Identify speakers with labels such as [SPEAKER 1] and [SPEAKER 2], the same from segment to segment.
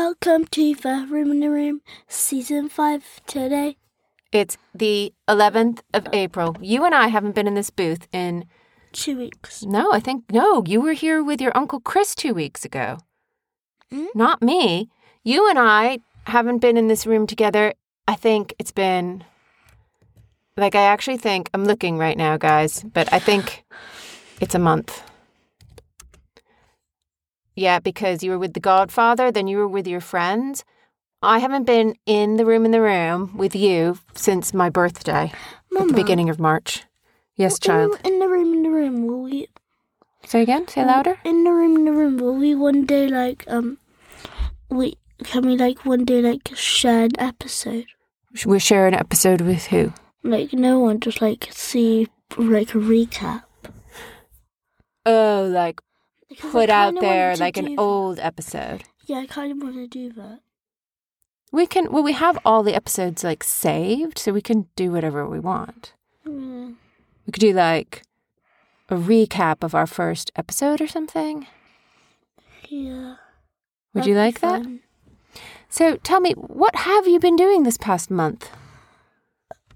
[SPEAKER 1] Welcome to the Room in the Room, Season 5 today.
[SPEAKER 2] It's the 11th of April. You and I haven't been in this booth in,
[SPEAKER 1] Two weeks.
[SPEAKER 2] no, I think, no, you were here with your Uncle Chris two weeks ago.
[SPEAKER 1] Hmm?
[SPEAKER 2] Not me. You and I haven't been in this room together. I think it's been, like, I actually think, I'm looking right now, guys, but I think it's a month. Yeah, because you were with the Godfather, then you were with your friends. I haven't been in the room in the room with you since my birthday at
[SPEAKER 1] Mama,
[SPEAKER 2] the beginning of March. Yes,
[SPEAKER 1] in,
[SPEAKER 2] child.
[SPEAKER 1] in the room, in the room, will we?
[SPEAKER 2] Say again. Say louder.
[SPEAKER 1] In the room, in the room, will we one day like um, wait, can we like one day like share an episode?
[SPEAKER 2] We're sharing an episode with who?
[SPEAKER 1] Like no one, just like see like a recap.
[SPEAKER 2] Oh, like
[SPEAKER 1] Because I
[SPEAKER 2] put out
[SPEAKER 1] kinda
[SPEAKER 2] there
[SPEAKER 1] wanted to
[SPEAKER 2] like an
[SPEAKER 1] do-
[SPEAKER 2] old episode.
[SPEAKER 1] Yeah, I kind of want to do that.
[SPEAKER 2] We can. Well, we have all the episodes like saved, so we can do whatever we want.
[SPEAKER 1] Mm,
[SPEAKER 2] We could do like a recap of our first episode or something.
[SPEAKER 1] yeah.
[SPEAKER 2] Would you like that? So tell me, what have you been doing this past month?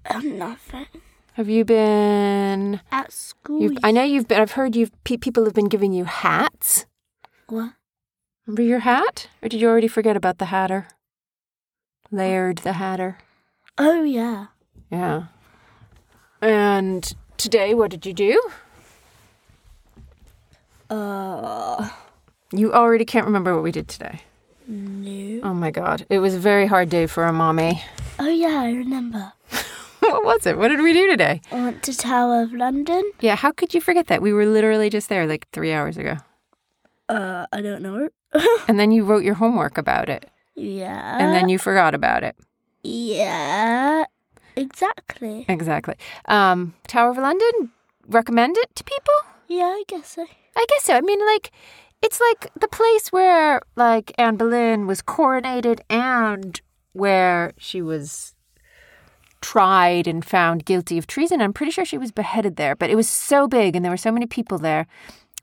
[SPEAKER 1] that? Nothing
[SPEAKER 2] Have you been?
[SPEAKER 1] at school.
[SPEAKER 2] You've, I know you've been. I've heard you've. Pe- people have been giving you hats.
[SPEAKER 1] What?
[SPEAKER 2] Remember your hat? Or did you already forget about the Hatter? Laird the Hatter.
[SPEAKER 1] Oh yeah.
[SPEAKER 2] Yeah. And today, what did you do?
[SPEAKER 1] Uh.
[SPEAKER 2] You already can't remember what we did today.
[SPEAKER 1] No.
[SPEAKER 2] Oh my God. It was a very hard day for a mommy.
[SPEAKER 1] Oh yeah, I remember.
[SPEAKER 2] what was it? What did we do today?
[SPEAKER 1] I went to Tower of London.
[SPEAKER 2] Yeah, how could you forget that? We were literally just there like three hours ago.
[SPEAKER 1] Uh, I don't know.
[SPEAKER 2] And then you wrote your homework about it.
[SPEAKER 1] yeah.
[SPEAKER 2] And then you forgot about it.
[SPEAKER 1] Yeah. Exactly.
[SPEAKER 2] Exactly. Um, Tower of London, recommend it to people?
[SPEAKER 1] Yeah, I guess so.
[SPEAKER 2] I guess so. I mean, like, it's like the place where, like, Anne Boleyn was coronated and where she was tried and found guilty of treason. I'm pretty sure she was beheaded there, but it was so big and there were so many people there.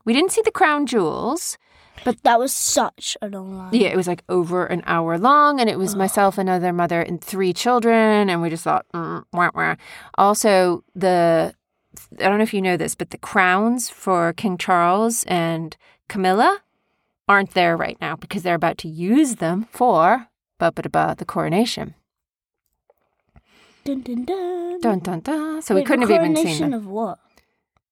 [SPEAKER 2] We didn't see the crown jewels.
[SPEAKER 1] That was such a long line.
[SPEAKER 2] Yeah, it was like over an hour long, and it was
[SPEAKER 1] Oh.
[SPEAKER 2] myself, another mother, and three children, and we just thought, mm, wah, wah. Also, the I don't know if you know this, but the crowns for King Charles and Camilla aren't there right now because they're about to use them for ba ba da ba the coronation.
[SPEAKER 1] Dun dun dun.
[SPEAKER 2] Dun dun dun. So
[SPEAKER 1] Wait,
[SPEAKER 2] we couldn't
[SPEAKER 1] the
[SPEAKER 2] have even seen
[SPEAKER 1] coronation
[SPEAKER 2] them.
[SPEAKER 1] of what?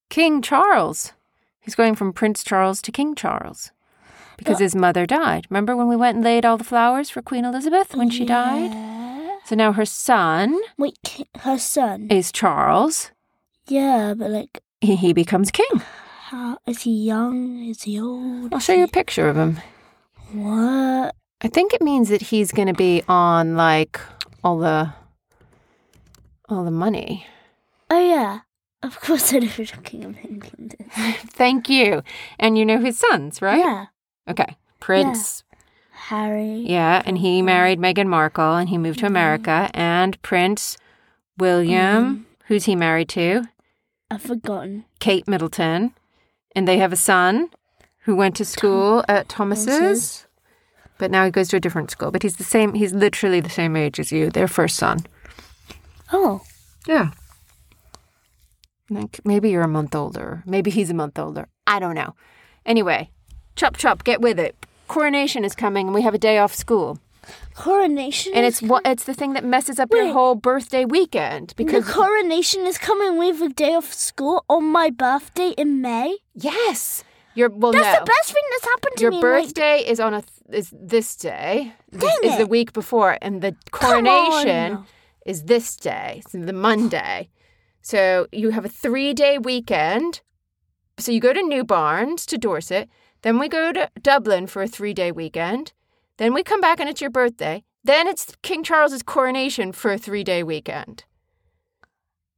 [SPEAKER 2] King Charles. He's going from Prince Charles to King Charles because
[SPEAKER 1] Uh.
[SPEAKER 2] his mother died. Remember when we went and laid all the flowers for Queen Elizabeth when she died?
[SPEAKER 1] Yeah.
[SPEAKER 2] So now her son
[SPEAKER 1] Wait, ki- her son.
[SPEAKER 2] is Charles.
[SPEAKER 1] yeah, but like,
[SPEAKER 2] He, he becomes king.
[SPEAKER 1] how is he young? Is he old?
[SPEAKER 2] I'll
[SPEAKER 1] Is
[SPEAKER 2] show you a
[SPEAKER 1] he-
[SPEAKER 2] picture of him.
[SPEAKER 1] What?
[SPEAKER 2] I think it means that he's going to be on like all the all the money.
[SPEAKER 1] Oh yeah. Of course, I know who the King of England is.
[SPEAKER 2] Thank you. And you know his sons, right?
[SPEAKER 1] Yeah.
[SPEAKER 2] Okay. Prince.
[SPEAKER 1] Harry.
[SPEAKER 2] Yeah, Mm-hmm. and he married Meghan Markle and he moved to America and Prince William, who's he married to?
[SPEAKER 1] I've forgotten.
[SPEAKER 2] Kate Middleton. And they have a son who went to school at Thomas's.
[SPEAKER 1] Mrs.
[SPEAKER 2] But now he goes to a different school. But he's the same. He's literally the same age as you, their first son.
[SPEAKER 1] Oh.
[SPEAKER 2] Yeah. Like maybe you're a month older. Maybe he's a month older. I don't know. Anyway, chop chop, get with it. Coronation is coming, and we have a day off school.
[SPEAKER 1] Coronation.
[SPEAKER 2] And
[SPEAKER 1] is
[SPEAKER 2] it's what it's the thing that messes up
[SPEAKER 1] Wait.
[SPEAKER 2] your whole birthday weekend because
[SPEAKER 1] the coronation is coming with a day off school on my birthday in May.
[SPEAKER 2] yes, your well
[SPEAKER 1] That's
[SPEAKER 2] Oh, no.
[SPEAKER 1] the best thing that's happened to
[SPEAKER 2] your
[SPEAKER 1] me. in, like,
[SPEAKER 2] birthday is on a th- is this day. This
[SPEAKER 1] Dang
[SPEAKER 2] is the
[SPEAKER 1] it.
[SPEAKER 2] week before, and the
[SPEAKER 1] Come
[SPEAKER 2] coronation
[SPEAKER 1] on.
[SPEAKER 2] is this day, so the Monday. So you have a three day weekend. So you go to New Barns to Dorset, then we go to Dublin for a three day weekend, then we come back and it's your birthday, then it's King Charles's coronation for a three day weekend.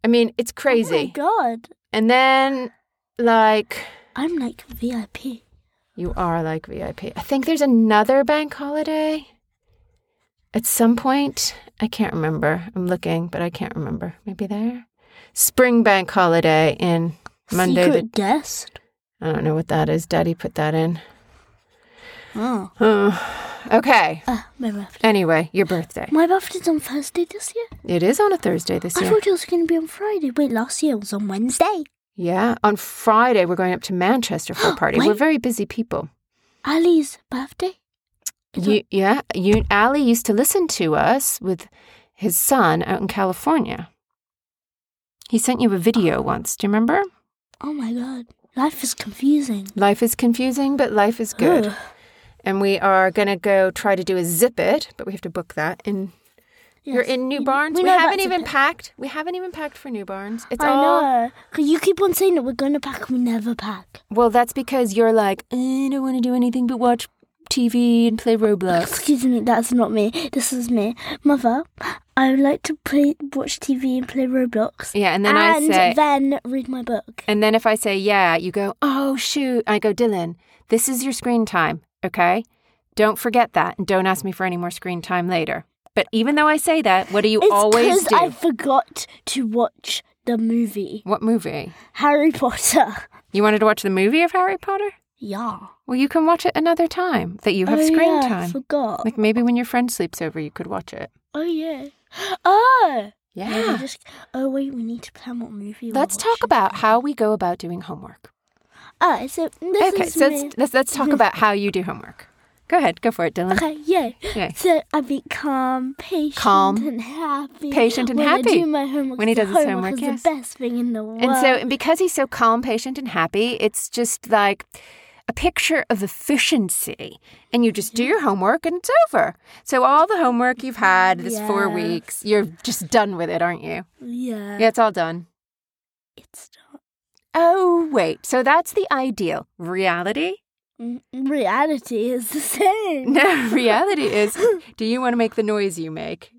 [SPEAKER 2] I mean, it's crazy.
[SPEAKER 1] Oh my god,
[SPEAKER 2] and then, like,
[SPEAKER 1] I'm like VIP.
[SPEAKER 2] you are like VIP. I think there's another bank holiday at some point. I can't remember. I'm looking, but I can't remember. Maybe there. Spring bank holiday in Monday.
[SPEAKER 1] Secret
[SPEAKER 2] The,
[SPEAKER 1] guest.
[SPEAKER 2] I don't know what that is. Daddy put that in.
[SPEAKER 1] Oh.
[SPEAKER 2] Oh, Okay.
[SPEAKER 1] Uh, my birthday.
[SPEAKER 2] Anyway, your birthday.
[SPEAKER 1] My birthday's on Thursday this year.
[SPEAKER 2] It is on a Thursday this
[SPEAKER 1] I
[SPEAKER 2] year.
[SPEAKER 1] thought it was going to be on Friday. Wait, last year it was on Wednesday.
[SPEAKER 2] Yeah. On Friday, we're going up to Manchester for a party.
[SPEAKER 1] Wait.
[SPEAKER 2] We're very busy people.
[SPEAKER 1] Ali's birthday. It's
[SPEAKER 2] You, yeah. You, Ali used to listen to us with his son out in California. He sent you a video once. Do you remember?
[SPEAKER 1] Oh my god, life is confusing.
[SPEAKER 2] Life is confusing, but life is good.
[SPEAKER 1] Ugh.
[SPEAKER 2] And we are going to go try to do a zip it, but we have to book that in You're
[SPEAKER 1] Yes.
[SPEAKER 2] in New
[SPEAKER 1] We-
[SPEAKER 2] Barns. We,
[SPEAKER 1] know
[SPEAKER 2] haven't
[SPEAKER 1] that's a
[SPEAKER 2] even
[SPEAKER 1] bit-
[SPEAKER 2] packed. We haven't even packed for New Barns. It's
[SPEAKER 1] I
[SPEAKER 2] all
[SPEAKER 1] know. Because you keep on saying that we're going to pack and we never pack.
[SPEAKER 2] well. That's because you're like "Eh, I don't want to do anything but watch TV and play Roblox.
[SPEAKER 1] Excuse me, that's not me. This is me. Mother, I would like to play, watch TV and play Roblox.
[SPEAKER 2] Yeah, and then I say,
[SPEAKER 1] then read my book.
[SPEAKER 2] and then if I say yeah, you go oh shoot. I go Dylan, this is your screen time. Okay, don't forget that, and don't ask me for any more screen time later. But even though I say that, what do you
[SPEAKER 1] It's
[SPEAKER 2] always
[SPEAKER 1] because
[SPEAKER 2] do?
[SPEAKER 1] I forgot to watch the movie
[SPEAKER 2] What movie?
[SPEAKER 1] Harry Potter.
[SPEAKER 2] You wanted to watch the movie of Harry Potter?
[SPEAKER 1] Yeah.
[SPEAKER 2] Well, you can watch it another time that you have
[SPEAKER 1] oh,
[SPEAKER 2] screen
[SPEAKER 1] yeah, I
[SPEAKER 2] time.
[SPEAKER 1] forgot.
[SPEAKER 2] Like maybe when your friend sleeps over, you could watch it.
[SPEAKER 1] Oh yeah. Oh. Maybe
[SPEAKER 2] Yeah.
[SPEAKER 1] just- oh wait, we need to plan what movie. we're
[SPEAKER 2] Let's talk
[SPEAKER 1] watching.
[SPEAKER 2] about how we go about doing homework.
[SPEAKER 1] Ah, so this
[SPEAKER 2] okay,
[SPEAKER 1] is
[SPEAKER 2] so
[SPEAKER 1] me.
[SPEAKER 2] let's, let's, let's talk about how you do homework. Go ahead, go for it, Dylan.
[SPEAKER 1] Okay, yay.
[SPEAKER 2] Yay.
[SPEAKER 1] Uh, So I become patient
[SPEAKER 2] Calm,
[SPEAKER 1] and happy.
[SPEAKER 2] patient and
[SPEAKER 1] when I
[SPEAKER 2] happy.
[SPEAKER 1] do my homework.
[SPEAKER 2] When he
[SPEAKER 1] The
[SPEAKER 2] does his homework,
[SPEAKER 1] is
[SPEAKER 2] yes.
[SPEAKER 1] the best thing in the world.
[SPEAKER 2] And so, and because he's so calm, patient, and happy, it's just like a picture of efficiency. And you just do your homework and it's over. So, all the homework you've had this four
[SPEAKER 1] Yes.
[SPEAKER 2] weeks, you're just done with it, aren't you?
[SPEAKER 1] yeah,
[SPEAKER 2] Yeah, it's all done.
[SPEAKER 1] it's not
[SPEAKER 2] Oh, wait. So, that's the ideal. Reality?
[SPEAKER 1] Mm, reality is the same.
[SPEAKER 2] No, reality is do you want to make the noise you make?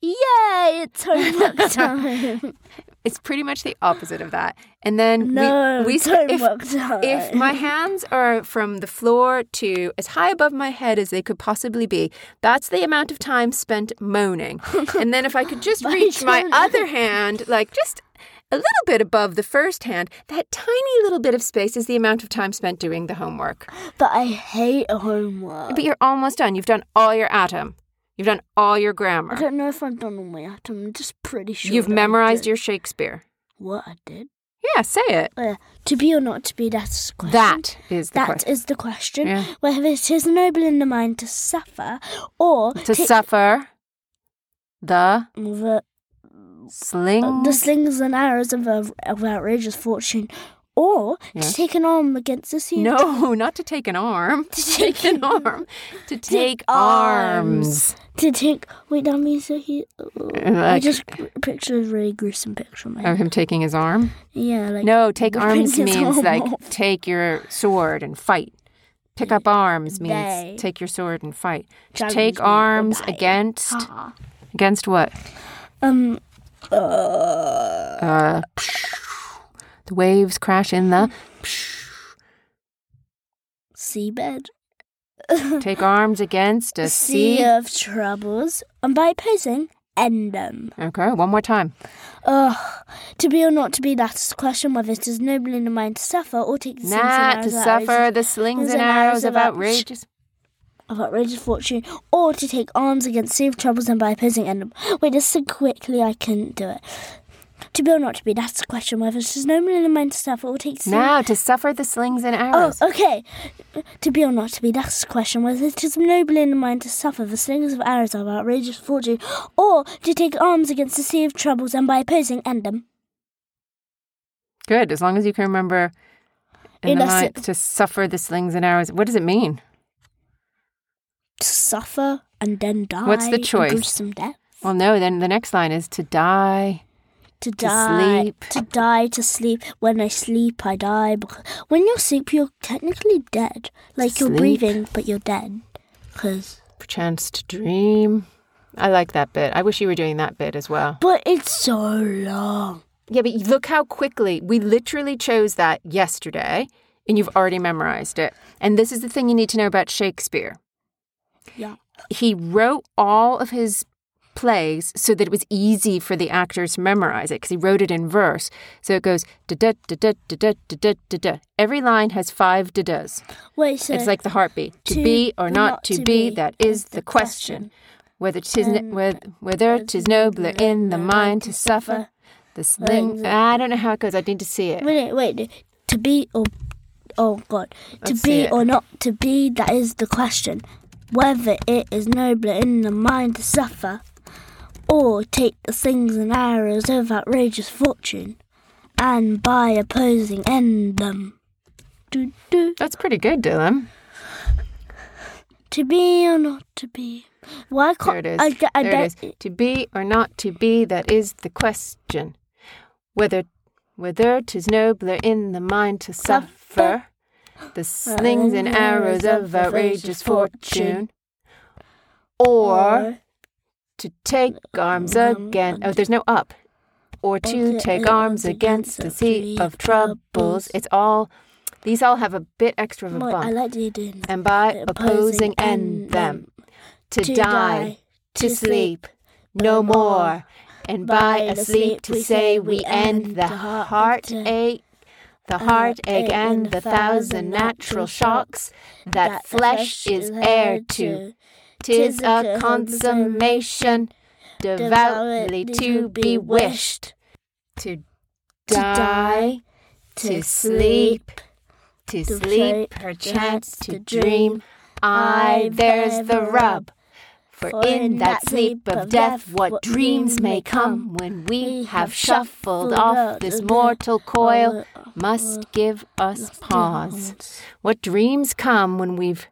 [SPEAKER 1] Yay! It's homework time.
[SPEAKER 2] It's pretty much the opposite of that. And then
[SPEAKER 1] no,
[SPEAKER 2] we, we
[SPEAKER 1] it's
[SPEAKER 2] sp- if,
[SPEAKER 1] homework time.
[SPEAKER 2] if my hands are from the floor to as high above my head as they could possibly be, that's the amount of time spent moaning. And then if I could just
[SPEAKER 1] My
[SPEAKER 2] reach my
[SPEAKER 1] turn.
[SPEAKER 2] other hand, like just a little bit above the first hand, that tiny little bit of space is the amount of time spent doing the homework.
[SPEAKER 1] but I hate homework.
[SPEAKER 2] But you're almost done. You've done all your atom. You've done all your
[SPEAKER 1] I
[SPEAKER 2] grammar.
[SPEAKER 1] don't know if I've done all my atom. I'm just pretty sure.
[SPEAKER 2] You've
[SPEAKER 1] that I
[SPEAKER 2] memorized
[SPEAKER 1] did.
[SPEAKER 2] your Shakespeare.
[SPEAKER 1] What I did?
[SPEAKER 2] Yeah, say it.
[SPEAKER 1] Uh, to be or not to be, that's the question.
[SPEAKER 2] That is the
[SPEAKER 1] That is
[SPEAKER 2] question.
[SPEAKER 1] the question.
[SPEAKER 2] Yeah.
[SPEAKER 1] Whether it is noble in the mind to suffer or
[SPEAKER 2] to suffer the
[SPEAKER 1] Uh, the,
[SPEAKER 2] sling.
[SPEAKER 1] the slings and arrows of, our- of outrageous fortune, or
[SPEAKER 2] Yeah.
[SPEAKER 1] to take an arm against the sea.
[SPEAKER 2] no, not to take an arm. To take an arm. To take arms.
[SPEAKER 1] To take. Wait, that means that he. I
[SPEAKER 2] Like-
[SPEAKER 1] just gr- pictured a really gruesome picture in my
[SPEAKER 2] Oh,
[SPEAKER 1] head.
[SPEAKER 2] him taking his arm?
[SPEAKER 1] Yeah, like.
[SPEAKER 2] No, take arms
[SPEAKER 1] ripping his
[SPEAKER 2] means
[SPEAKER 1] arm
[SPEAKER 2] like
[SPEAKER 1] off.
[SPEAKER 2] take your sword and fight. Pick up arms means
[SPEAKER 1] They-
[SPEAKER 2] take your sword and fight. To
[SPEAKER 1] Dragons mean
[SPEAKER 2] take
[SPEAKER 1] they're
[SPEAKER 2] arms
[SPEAKER 1] dying.
[SPEAKER 2] against
[SPEAKER 1] Ah.
[SPEAKER 2] against what?
[SPEAKER 1] Um. Uh,
[SPEAKER 2] Uh, the waves crash in the
[SPEAKER 1] seabed.
[SPEAKER 2] take arms against a
[SPEAKER 1] sea
[SPEAKER 2] sea.
[SPEAKER 1] of troubles, and by opposing, end them.
[SPEAKER 2] Okay, one more time.
[SPEAKER 1] Ugh, to be or not to be, that is the question whether it is noble in the mind to suffer or take the sins and
[SPEAKER 2] Not to
[SPEAKER 1] errors that arise
[SPEAKER 2] suffer the slings and arrows of outrageous.
[SPEAKER 1] of outrageous fortune, or to take arms against sea of troubles and by opposing end them. Wait, this so quickly I couldn't do it. To be or not to be, that's the question whether it is noble in the mind to suffer or take sin.
[SPEAKER 2] Now to suffer the slings and
[SPEAKER 1] Oh,
[SPEAKER 2] arrows.
[SPEAKER 1] okay. To be or not to be, that's the question. Whether it is noble in the mind to suffer the slings of arrows of outrageous fortune, or to take arms against the sea of troubles and by opposing end them.
[SPEAKER 2] Good, as long as you can remember in the
[SPEAKER 1] Unless
[SPEAKER 2] mind,
[SPEAKER 1] it-
[SPEAKER 2] to suffer the slings and arrows. What does it mean?
[SPEAKER 1] To suffer and then die.
[SPEAKER 2] What's the
[SPEAKER 1] a
[SPEAKER 2] choice?
[SPEAKER 1] gruesome death.
[SPEAKER 2] Well, no, then the next line is to die.
[SPEAKER 1] To die.
[SPEAKER 2] sleep.
[SPEAKER 1] To die, to sleep. When I sleep, I die. Bec- When you sleep, you're technically dead. Like you're
[SPEAKER 2] sleep.
[SPEAKER 1] breathing, but you're dead. Because.
[SPEAKER 2] Perchance to dream. I like that bit. I wish you were doing that bit as well.
[SPEAKER 1] But it's so long.
[SPEAKER 2] Yeah, but look how quickly we literally chose that yesterday and you've already memorized it. And this is the thing you need to know about Shakespeare.
[SPEAKER 1] Yeah.
[SPEAKER 2] He wrote all of his plays so that it was easy for the actors to memorize it because he wrote it in verse. So it goes da da da da da da da da da da. Every line has five da da's.
[SPEAKER 1] Wait, so
[SPEAKER 2] It's like the heartbeat. To,
[SPEAKER 1] to
[SPEAKER 2] be or not, to be, that is the question. Whether 'tis n-
[SPEAKER 1] And
[SPEAKER 2] whether, whether 'tis nobler in the mind to suffer. The sling. I don't know how it goes. I need to see it.
[SPEAKER 1] Wait, wait, wait. To be or oh god, to
[SPEAKER 2] Let's see
[SPEAKER 1] be
[SPEAKER 2] it.
[SPEAKER 1] or not to be that is the question. Whether it is nobler in the mind to suffer, or take the slings and arrows of outrageous fortune, and by opposing end them. Do do
[SPEAKER 2] That's pretty good, Dylan.
[SPEAKER 1] to be or not to be. Why
[SPEAKER 2] There
[SPEAKER 1] can't
[SPEAKER 2] it is.
[SPEAKER 1] I, get- I
[SPEAKER 2] there
[SPEAKER 1] don't-
[SPEAKER 2] it is. To be or not to be, that is the question. Whether whether 'tis nobler in the mind to suffer, the slings and arrows of outrageous fortune, or to take arms again. Oh, there's no up. Or to take arms against the sea of troubles. It's all. These all have a bit extra of a
[SPEAKER 1] Wait, I
[SPEAKER 2] bump.
[SPEAKER 1] like the idea now.
[SPEAKER 2] And by opposing and them, to die, to sleep, no more. And by a sleep to say we end the heartache, the heartache and the thousand natural shocks that flesh is heir to. Tis a consummation devoutly to be wished. To die, to sleep, to sleep, perchance to dream. Aye, there's the rub. For in that sleep of death, what dreams may come when we have shuffled off this mortal coil must give us pause. What dreams come when we've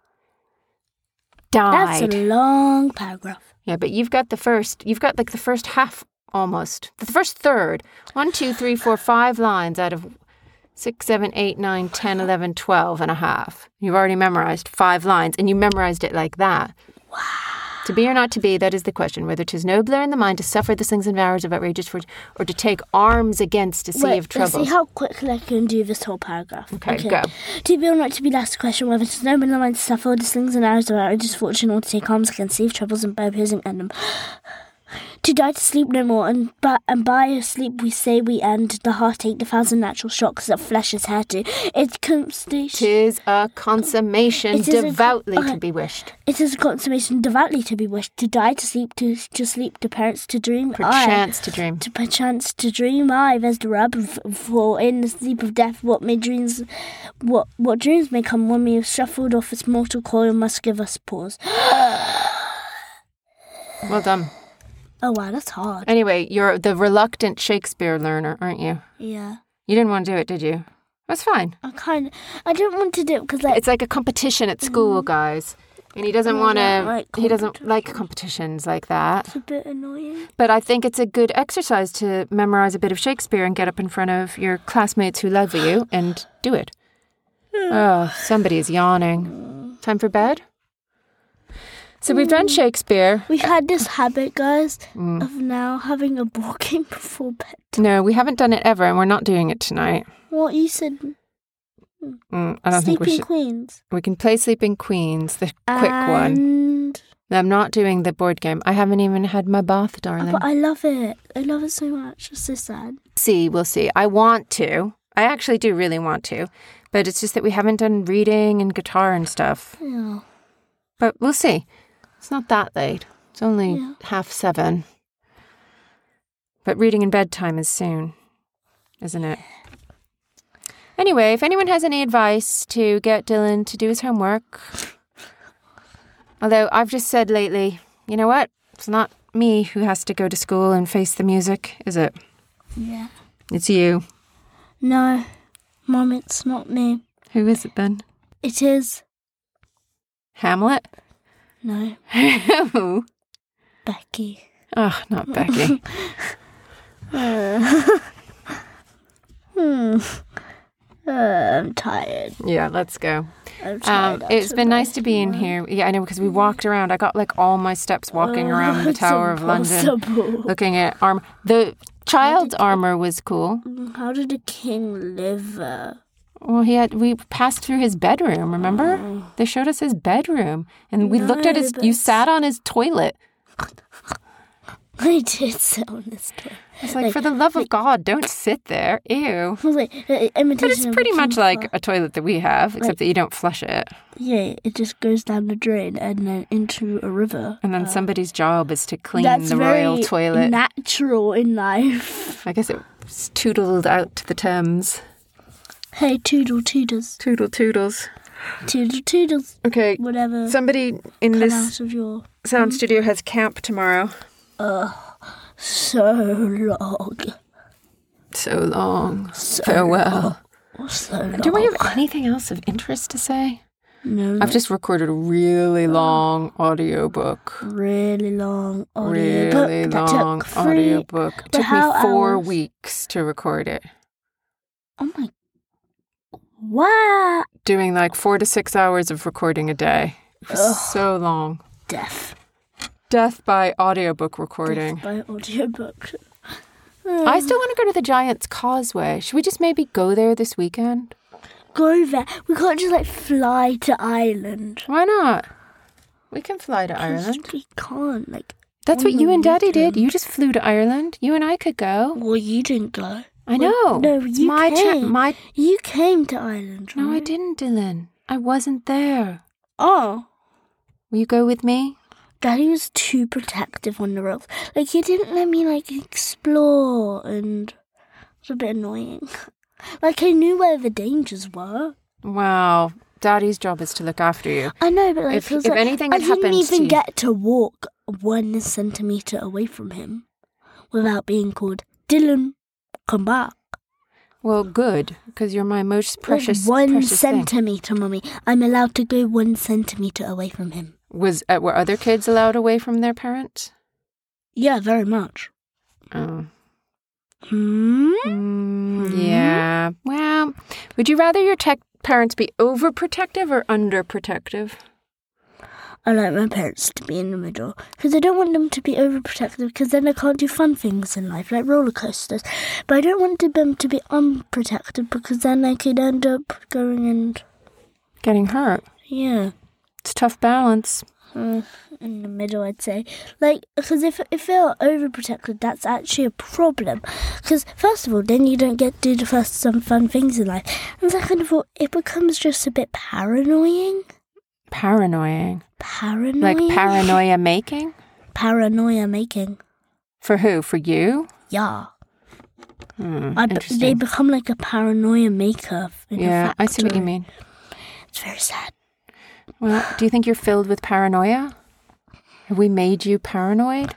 [SPEAKER 1] That's a
[SPEAKER 2] died?
[SPEAKER 1] long paragraph.
[SPEAKER 2] Yeah, but you've got the first, you've got like the first half almost, the first third. One, two, three, four, five lines out of six, seven, eight, nine, ten, eleven, twelve and a half. You've already memorized five lines and you memorized it like that. To be or not to be, that is the question. Whether 'tis nobler in the mind to suffer the slings and arrows of outrageous fortune, or to take arms against a sea
[SPEAKER 1] Wait,
[SPEAKER 2] of
[SPEAKER 1] let's see
[SPEAKER 2] troubles.
[SPEAKER 1] how quickly I can do this whole paragraph.
[SPEAKER 2] Okay, go.
[SPEAKER 1] To be or not to be last question, whether to know when the mind to suffer, the slings and arrows of outrageous fortune, or to take arms against save troubles and by opposing end them. To die to sleep no more, and by, and by sleep we say we end the heartache, the thousand natural shocks that flesh is heir to. It constitutes.
[SPEAKER 2] Tis a consummation
[SPEAKER 1] It is a con-
[SPEAKER 2] devoutly
[SPEAKER 1] okay.
[SPEAKER 2] to be wished.
[SPEAKER 1] It is a consummation devoutly to be wished, to die to sleep, to, to sleep, to parents to dream. Aye.
[SPEAKER 2] Perchance to dream.
[SPEAKER 1] to perchance to dream I there's the rub f- for in the sleep of death what may dreams what what dreams may come when we have shuffled off its mortal coil must give us pause.
[SPEAKER 2] Well done.
[SPEAKER 1] Oh wow, that's hard.
[SPEAKER 2] Anyway, you're the reluctant Shakespeare learner, aren't you?
[SPEAKER 1] Yeah.
[SPEAKER 2] You didn't want to do it, did you? That's fine.
[SPEAKER 1] I kind of, I don't want to do it because like
[SPEAKER 2] It's like a competition at school, guys. And he doesn't want
[SPEAKER 1] Mm-hmm. don't
[SPEAKER 2] to.
[SPEAKER 1] like
[SPEAKER 2] He doesn't like competitions like that.
[SPEAKER 1] it's a bit annoying.
[SPEAKER 2] But I think it's a good exercise to memorize a bit of Shakespeare and get up in front of your classmates who love you and do it. Oh, somebody is yawning. Time for bed? So we've
[SPEAKER 1] Mm.
[SPEAKER 2] done Shakespeare.
[SPEAKER 1] We had this habit, guys,
[SPEAKER 2] Mm.
[SPEAKER 1] of now having a board game before bed.
[SPEAKER 2] No, we haven't done it ever, and we're not doing it tonight.
[SPEAKER 1] What you said,
[SPEAKER 2] Mm, I don't think we
[SPEAKER 1] Sleeping Um,
[SPEAKER 2] should.
[SPEAKER 1] Queens.
[SPEAKER 2] We can play Sleeping Queens, the quick one.
[SPEAKER 1] And,
[SPEAKER 2] I'm not doing the board game. I haven't even had my bath, darling.
[SPEAKER 1] but I love it. I love it so much. It's so sad.
[SPEAKER 2] see, we'll see. I want to. I actually do really want to. But it's just that we haven't done reading and guitar and stuff.
[SPEAKER 1] Yeah.
[SPEAKER 2] But we'll see. It's not that late. It's only
[SPEAKER 1] Yeah.
[SPEAKER 2] half seven. But reading in bedtime is soon, isn't it? Anyway, if anyone has any advice to get Dylan to do his homework, although I've just said lately, you know what? It's not me who has to go to school and face the music, is it?
[SPEAKER 1] Yeah.
[SPEAKER 2] It's you.
[SPEAKER 1] No, Mom, it's not me.
[SPEAKER 2] Who is it then?
[SPEAKER 1] It is.
[SPEAKER 2] Hamlet?
[SPEAKER 1] No,
[SPEAKER 2] Who?
[SPEAKER 1] Becky.
[SPEAKER 2] Oh, not Becky.
[SPEAKER 1] Hmm. Uh, I'm tired.
[SPEAKER 2] yeah, let's go.
[SPEAKER 1] I'm tired.
[SPEAKER 2] Um, it's been nice to be in here. Yeah, I know because we walked around. I got like all my steps walking around the Tower of London,
[SPEAKER 1] London.
[SPEAKER 2] looking at armor. The child's armor was cool.
[SPEAKER 1] How did a king live? Uh,
[SPEAKER 2] Well, he had. We passed through his bedroom. Remember? They showed us his bedroom, and we looked at
[SPEAKER 1] No,
[SPEAKER 2] his. You
[SPEAKER 1] but-
[SPEAKER 2] sat on his toilet.
[SPEAKER 1] I did sit on this toy.
[SPEAKER 2] It's like, for the love of God, don't sit there. Ew.
[SPEAKER 1] I was like, uh, imitation
[SPEAKER 2] But it's
[SPEAKER 1] of a
[SPEAKER 2] pretty much like
[SPEAKER 1] cauliflower.
[SPEAKER 2] a toilet that we have, except that you don't flush it.
[SPEAKER 1] Yeah, it just goes down the drain and then into a river.
[SPEAKER 2] And then somebody's job is to clean
[SPEAKER 1] That's
[SPEAKER 2] the
[SPEAKER 1] very
[SPEAKER 2] royal toilet.
[SPEAKER 1] natural in life.
[SPEAKER 2] I guess it's toodled out to the Thames.
[SPEAKER 1] Hey, toodle toodles,
[SPEAKER 2] Toodle toodles.
[SPEAKER 1] toodle toodles,
[SPEAKER 2] Okay.
[SPEAKER 1] whatever
[SPEAKER 2] Somebody in
[SPEAKER 1] come
[SPEAKER 2] this
[SPEAKER 1] out of your
[SPEAKER 2] sound studio has camp tomorrow.
[SPEAKER 1] so long,
[SPEAKER 2] So long. Farewell.
[SPEAKER 1] so long.
[SPEAKER 2] Do I have anything else of interest to say?
[SPEAKER 1] no
[SPEAKER 2] I've just recorded a really
[SPEAKER 1] Oh.
[SPEAKER 2] long audiobook.
[SPEAKER 1] really long audio
[SPEAKER 2] Really
[SPEAKER 1] book that
[SPEAKER 2] long
[SPEAKER 1] took three.
[SPEAKER 2] audiobook. Took me
[SPEAKER 1] how
[SPEAKER 2] four
[SPEAKER 1] hours?
[SPEAKER 2] weeks to record it.
[SPEAKER 1] Oh my! Wow,
[SPEAKER 2] Doing like four to six hours of recording a day. It was
[SPEAKER 1] Ugh.
[SPEAKER 2] so long.
[SPEAKER 1] deaf.
[SPEAKER 2] Death by audiobook recording.
[SPEAKER 1] Deaf by audiobook.
[SPEAKER 2] I still want to go to the Giant's Causeway. Should we just maybe go there this weekend?
[SPEAKER 1] Oh, Go there. We can't just like fly to Ireland.
[SPEAKER 2] Why not? We can fly to Ireland.
[SPEAKER 1] Just- We can't. Like,
[SPEAKER 2] That's
[SPEAKER 1] on
[SPEAKER 2] what you
[SPEAKER 1] the
[SPEAKER 2] and Daddy did. You just flew to Ireland. You and I could go.
[SPEAKER 1] Oh, well, you didn't go.
[SPEAKER 2] I know.
[SPEAKER 1] no,
[SPEAKER 2] It's
[SPEAKER 1] you
[SPEAKER 2] my cha-
[SPEAKER 1] came.
[SPEAKER 2] my
[SPEAKER 1] You came to Ireland.
[SPEAKER 2] No, I
[SPEAKER 1] right?
[SPEAKER 2] didn't, Dylan. I wasn't there.
[SPEAKER 1] Oh,
[SPEAKER 2] Will you go with me?
[SPEAKER 1] Daddy was too protective on the ropes. Like he didn't let me like explore, and it's a bit annoying. Like I knew where the dangers were.
[SPEAKER 2] Wow. Daddy's job is to look after you.
[SPEAKER 1] I know, but like,
[SPEAKER 2] If-
[SPEAKER 1] it was
[SPEAKER 2] if
[SPEAKER 1] like,
[SPEAKER 2] anything
[SPEAKER 1] I
[SPEAKER 2] had
[SPEAKER 1] didn't
[SPEAKER 2] happened to
[SPEAKER 1] even
[SPEAKER 2] you-
[SPEAKER 1] get to walk one centimeter away from him without being called Dylan. Come back.
[SPEAKER 2] Well, good, because you're my most
[SPEAKER 1] Like,
[SPEAKER 2] precious
[SPEAKER 1] one
[SPEAKER 2] precious thing.
[SPEAKER 1] centimeter, mummy. I'm allowed to go one centimeter away from him.
[SPEAKER 2] Was uh, were other kids allowed away from their parents?
[SPEAKER 1] Yeah, very much.
[SPEAKER 2] Oh.
[SPEAKER 1] Hmm.
[SPEAKER 2] Mm, yeah. Well, would you rather your tech parents be overprotective or underprotective?
[SPEAKER 1] I like my parents to be in the middle because I don't want them to be overprotective because then I can't do fun things in life like roller coasters. But I don't want them to be unprotected because then I could end up going and
[SPEAKER 2] Getting hurt.
[SPEAKER 1] yeah.
[SPEAKER 2] It's a tough balance.
[SPEAKER 1] Uh, in the middle, I'd say. Like, because if if you're overprotected, that's actually a problem. Because first of all, then you don't get to do the first some fun things in life, and second of all, it becomes just a bit paranoying.
[SPEAKER 2] Paranoying.
[SPEAKER 1] Paranoia,
[SPEAKER 2] Like paranoia making?
[SPEAKER 1] paranoia making.
[SPEAKER 2] For who? For you?
[SPEAKER 1] Yeah,
[SPEAKER 2] Hmm,
[SPEAKER 1] I be-
[SPEAKER 2] interesting.
[SPEAKER 1] Uh, they become like a paranoia maker. In a
[SPEAKER 2] yeah, I see what you
[SPEAKER 1] factory.
[SPEAKER 2] mean.
[SPEAKER 1] It's very sad.
[SPEAKER 2] Well, do you think you're filled with paranoia? Have we made you paranoid?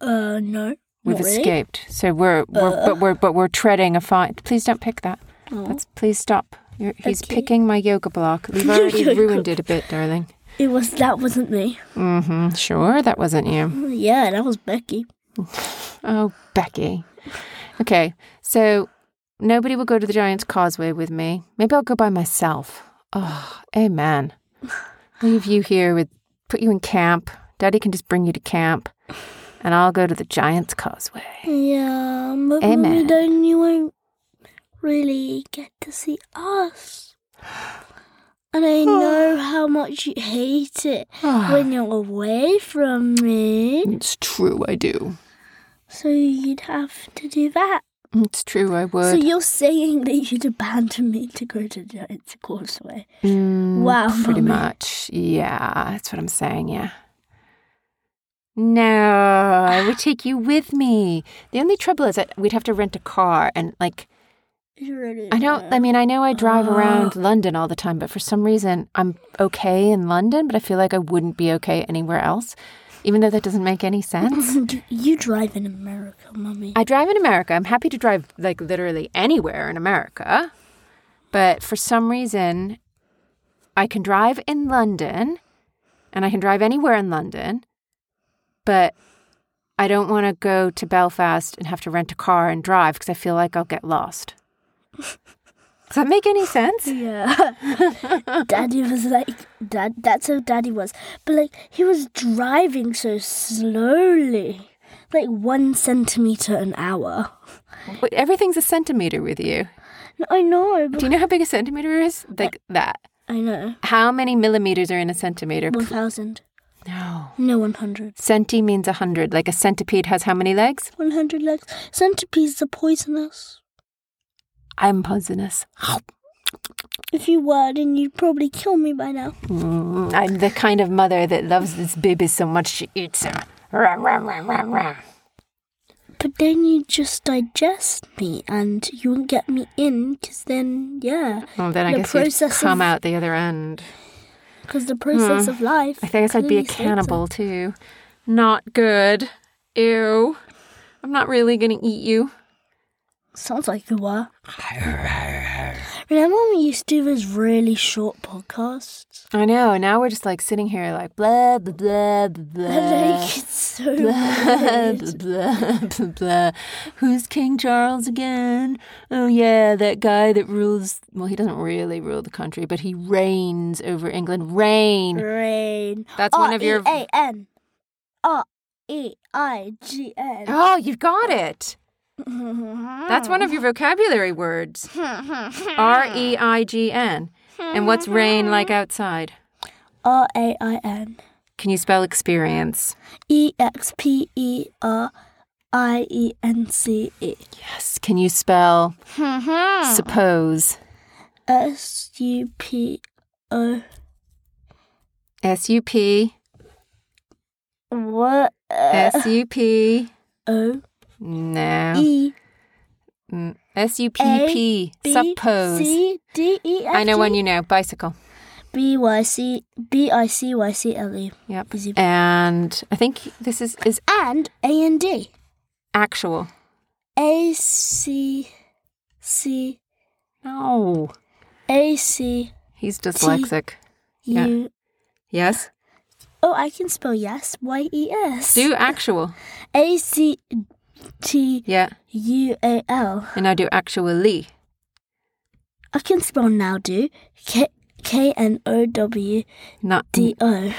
[SPEAKER 1] Uh, no,
[SPEAKER 2] We've
[SPEAKER 1] not really. uh,
[SPEAKER 2] escaped. So we're, we're but we're but we're treading a fine. Please don't pick that.
[SPEAKER 1] Oh.
[SPEAKER 2] Let's please stop. You're, he's
[SPEAKER 1] Okay.
[SPEAKER 2] picking my yoga block. We've already
[SPEAKER 1] Yoga
[SPEAKER 2] ruined it a bit, darling.
[SPEAKER 1] It was that wasn't me.
[SPEAKER 2] Mm-hmm. Sure, that wasn't you.
[SPEAKER 1] Yeah, that was Becky.
[SPEAKER 2] Oh, Becky. Okay, so nobody will go to the Giant's Causeway with me. Maybe I'll go by myself. Oh, amen. Leave you here with, put you in camp. Daddy can just bring you to camp, and I'll go to the Giant's Causeway.
[SPEAKER 1] Yeah, but when we
[SPEAKER 2] Amen.
[SPEAKER 1] don't, you won't really get to see us. And I know how much you hate it when you're away from me.
[SPEAKER 2] It's true, I do.
[SPEAKER 1] So you'd have to do that.
[SPEAKER 2] It's true, I would.
[SPEAKER 1] So you're saying that you'd abandon me to go to Giant's Causeway.
[SPEAKER 2] Mm,
[SPEAKER 1] Wow,
[SPEAKER 2] Pretty
[SPEAKER 1] Mummy.
[SPEAKER 2] much. Yeah, that's what I'm saying. Yeah. No, I would take you with me. The only trouble is that we'd have to rent a car and like
[SPEAKER 1] You really
[SPEAKER 2] I don't I mean I know I drive around London all the time, but for some reason I'm okay in London, but I feel like I wouldn't be okay anywhere else. Even though that doesn't make any sense.
[SPEAKER 1] You- You drive in America, mummy.
[SPEAKER 2] I drive in America. I'm happy to drive like literally anywhere in America. But for some reason, I can drive in London and I can drive anywhere in London. But I don't want to go to Belfast and have to rent a car and drive because I feel like I'll get lost. Does that make any sense?
[SPEAKER 1] Yeah. daddy was like, dad, that's how daddy was. But like, he was driving so slowly, like one centimeter an hour.
[SPEAKER 2] But Everything's a centimeter with you.
[SPEAKER 1] No, I know, but
[SPEAKER 2] Do you know how big a centimeter is? Like that.
[SPEAKER 1] I know.
[SPEAKER 2] How many millimeters are in a centimeter?
[SPEAKER 1] One thousand.
[SPEAKER 2] No.
[SPEAKER 1] No, 100.
[SPEAKER 2] Centi means a hundred. Like a centipede has how many legs?
[SPEAKER 1] 100 legs. Centipedes are poisonous.
[SPEAKER 2] I'm poisonous.
[SPEAKER 1] If you were, then you'd probably kill me by now.
[SPEAKER 2] Mm, I'm the kind of mother that loves this baby so much she eats him. Rum, rum, rum, rum, rum.
[SPEAKER 1] But then you'd just digest me and you wouldn't get me in because then, yeah.
[SPEAKER 2] Well, then I
[SPEAKER 1] The
[SPEAKER 2] guess you'd
[SPEAKER 1] process
[SPEAKER 2] come
[SPEAKER 1] of-
[SPEAKER 2] out the other end.
[SPEAKER 1] Because the process of life.
[SPEAKER 2] Hmm. I guess I'd be
[SPEAKER 1] clearly
[SPEAKER 2] a
[SPEAKER 1] states it.
[SPEAKER 2] cannibal too. Not good. Ew. I'm not really gonna eat you.
[SPEAKER 1] Sounds like you were. Remember when we used to do those really short podcasts?
[SPEAKER 2] I know. and Now we're just like sitting here, like blah blah blah blah
[SPEAKER 1] like, it's so
[SPEAKER 2] blah blah
[SPEAKER 1] weird.
[SPEAKER 2] blah blah. blah. Who's King Charles again? Oh yeah, that guy that rules. Well, he doesn't really rule the country, but he reigns over England. Reign.
[SPEAKER 1] Rain.
[SPEAKER 2] That's one of your.
[SPEAKER 1] R-E-A-N. E R-E-I-G-N.
[SPEAKER 2] Oh, you've got it. That's one of your vocabulary words. R E I G N. And what's rain like outside?
[SPEAKER 1] R A I N
[SPEAKER 2] Can you spell experience?
[SPEAKER 1] E X P E R I E N C E
[SPEAKER 2] Yes. Mm-hmm. Can you spell suppose?
[SPEAKER 1] S U P O
[SPEAKER 2] S U P
[SPEAKER 1] what
[SPEAKER 2] S U P.
[SPEAKER 1] O
[SPEAKER 2] No.
[SPEAKER 1] E
[SPEAKER 2] Mm, S U P P.
[SPEAKER 1] B
[SPEAKER 2] Suppose.
[SPEAKER 1] C D E F
[SPEAKER 2] I know
[SPEAKER 1] G
[SPEAKER 2] one you know. Bicycle.
[SPEAKER 1] B Y C B I C Y C L E
[SPEAKER 2] Yep.
[SPEAKER 1] Busy.
[SPEAKER 2] And I think this is is
[SPEAKER 1] and A N D
[SPEAKER 2] actual.
[SPEAKER 1] A C C
[SPEAKER 2] No.
[SPEAKER 1] A C
[SPEAKER 2] He's dyslexic. Yeah.
[SPEAKER 1] U
[SPEAKER 2] Yes.
[SPEAKER 1] Oh, I can spell yes. Y E S.
[SPEAKER 2] Do actual.
[SPEAKER 1] A C T
[SPEAKER 2] Yeah.
[SPEAKER 1] U A L.
[SPEAKER 2] And now do actually.
[SPEAKER 1] I can spell now do. K K N O W
[SPEAKER 2] Not
[SPEAKER 1] D O.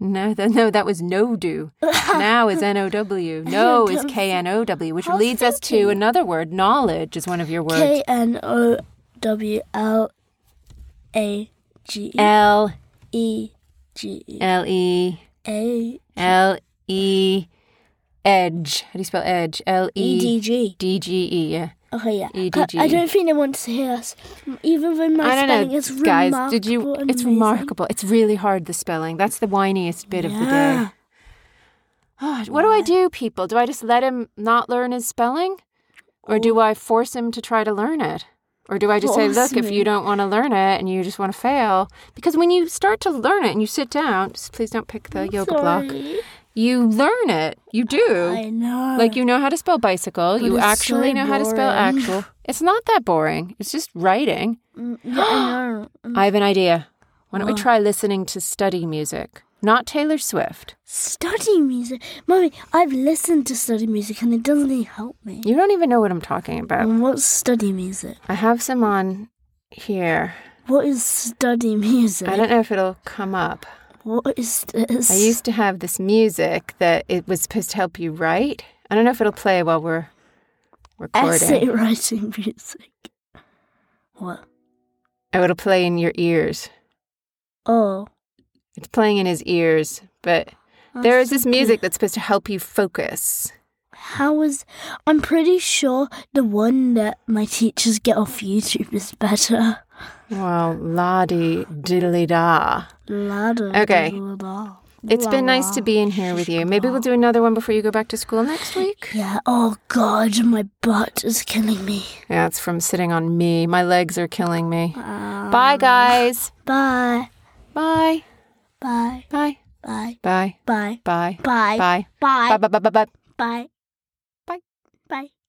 [SPEAKER 2] No, th- no, that was no do. now is N O W. No is K N O W, which
[SPEAKER 1] I was
[SPEAKER 2] leads us to
[SPEAKER 1] thinking.
[SPEAKER 2] another word. Knowledge is one of your words.
[SPEAKER 1] K N O W L A G
[SPEAKER 2] L
[SPEAKER 1] E G E
[SPEAKER 2] L E
[SPEAKER 1] A
[SPEAKER 2] L E edge. How do you spell edge? L
[SPEAKER 1] E
[SPEAKER 2] E
[SPEAKER 1] D G.
[SPEAKER 2] D G E. Yeah.
[SPEAKER 1] Okay, yeah.
[SPEAKER 2] E D
[SPEAKER 1] I- I
[SPEAKER 2] G.
[SPEAKER 1] don't think they want to hear us, even though my
[SPEAKER 2] I don't
[SPEAKER 1] spelling
[SPEAKER 2] know,
[SPEAKER 1] is remarkable.
[SPEAKER 2] guys. Did you?
[SPEAKER 1] and
[SPEAKER 2] It's
[SPEAKER 1] amazing.
[SPEAKER 2] remarkable. It's really hard the spelling. That's the whiniest bit of the
[SPEAKER 1] Yeah.
[SPEAKER 2] day. Oh, what do I do, people? Do I just let him not learn his spelling? Or do I force him to try to learn it? Or do I just say,
[SPEAKER 1] Oh. Force
[SPEAKER 2] look, if you
[SPEAKER 1] me.
[SPEAKER 2] don't want to learn it and you just want to fail? Because when you start to learn it and you sit down, just please don't pick the yoga block.
[SPEAKER 1] Sorry.
[SPEAKER 2] You learn it. You do.
[SPEAKER 1] I know.
[SPEAKER 2] Like you know how to spell bicycle.
[SPEAKER 1] But
[SPEAKER 2] you
[SPEAKER 1] it's so
[SPEAKER 2] actually know how to spell
[SPEAKER 1] boring.
[SPEAKER 2] actual. It's not that boring. It's just writing.
[SPEAKER 1] Mm, yeah, I know.
[SPEAKER 2] I have an idea. Why don't we try listening to study music? Not Taylor Swift.
[SPEAKER 1] Study music. Mommy, I've listened to study music and it doesn't really help me.
[SPEAKER 2] You don't even know what I'm talking about.
[SPEAKER 1] And What's study music?
[SPEAKER 2] I have some on here.
[SPEAKER 1] What is study music?
[SPEAKER 2] I don't know if it'll come up.
[SPEAKER 1] What is this?
[SPEAKER 2] I used to have this music that it was supposed to help you write. I don't know if it'll play while we're recording.
[SPEAKER 1] essay writing music. What?
[SPEAKER 2] Oh, it'll play in your ears.
[SPEAKER 1] Oh.
[SPEAKER 2] It's playing in his ears, but there is this music that's supposed to help you focus.
[SPEAKER 1] How is. I'm pretty sure the one that my teachers get off YouTube is better.
[SPEAKER 2] Well, la di diddly da.
[SPEAKER 1] Ladder.
[SPEAKER 2] Okay. It's
[SPEAKER 1] It's
[SPEAKER 2] been nice to be in here with you. Maybe we'll do another one before you go back to school next week.
[SPEAKER 1] Yeah. Oh, God, my butt is killing me.
[SPEAKER 2] Yeah, it's from sitting on me. My legs are killing me.
[SPEAKER 1] Um,
[SPEAKER 2] Bye, guys.
[SPEAKER 1] Bye.
[SPEAKER 2] Bye.
[SPEAKER 1] Bye.
[SPEAKER 2] Bye.
[SPEAKER 1] Bye.
[SPEAKER 2] Bye.
[SPEAKER 1] Bye.
[SPEAKER 2] Bye.
[SPEAKER 1] Bye.
[SPEAKER 2] Bye.
[SPEAKER 1] Bye.
[SPEAKER 2] Bye. Bye. Bye.
[SPEAKER 1] Bye.
[SPEAKER 2] Bye.
[SPEAKER 1] Bye.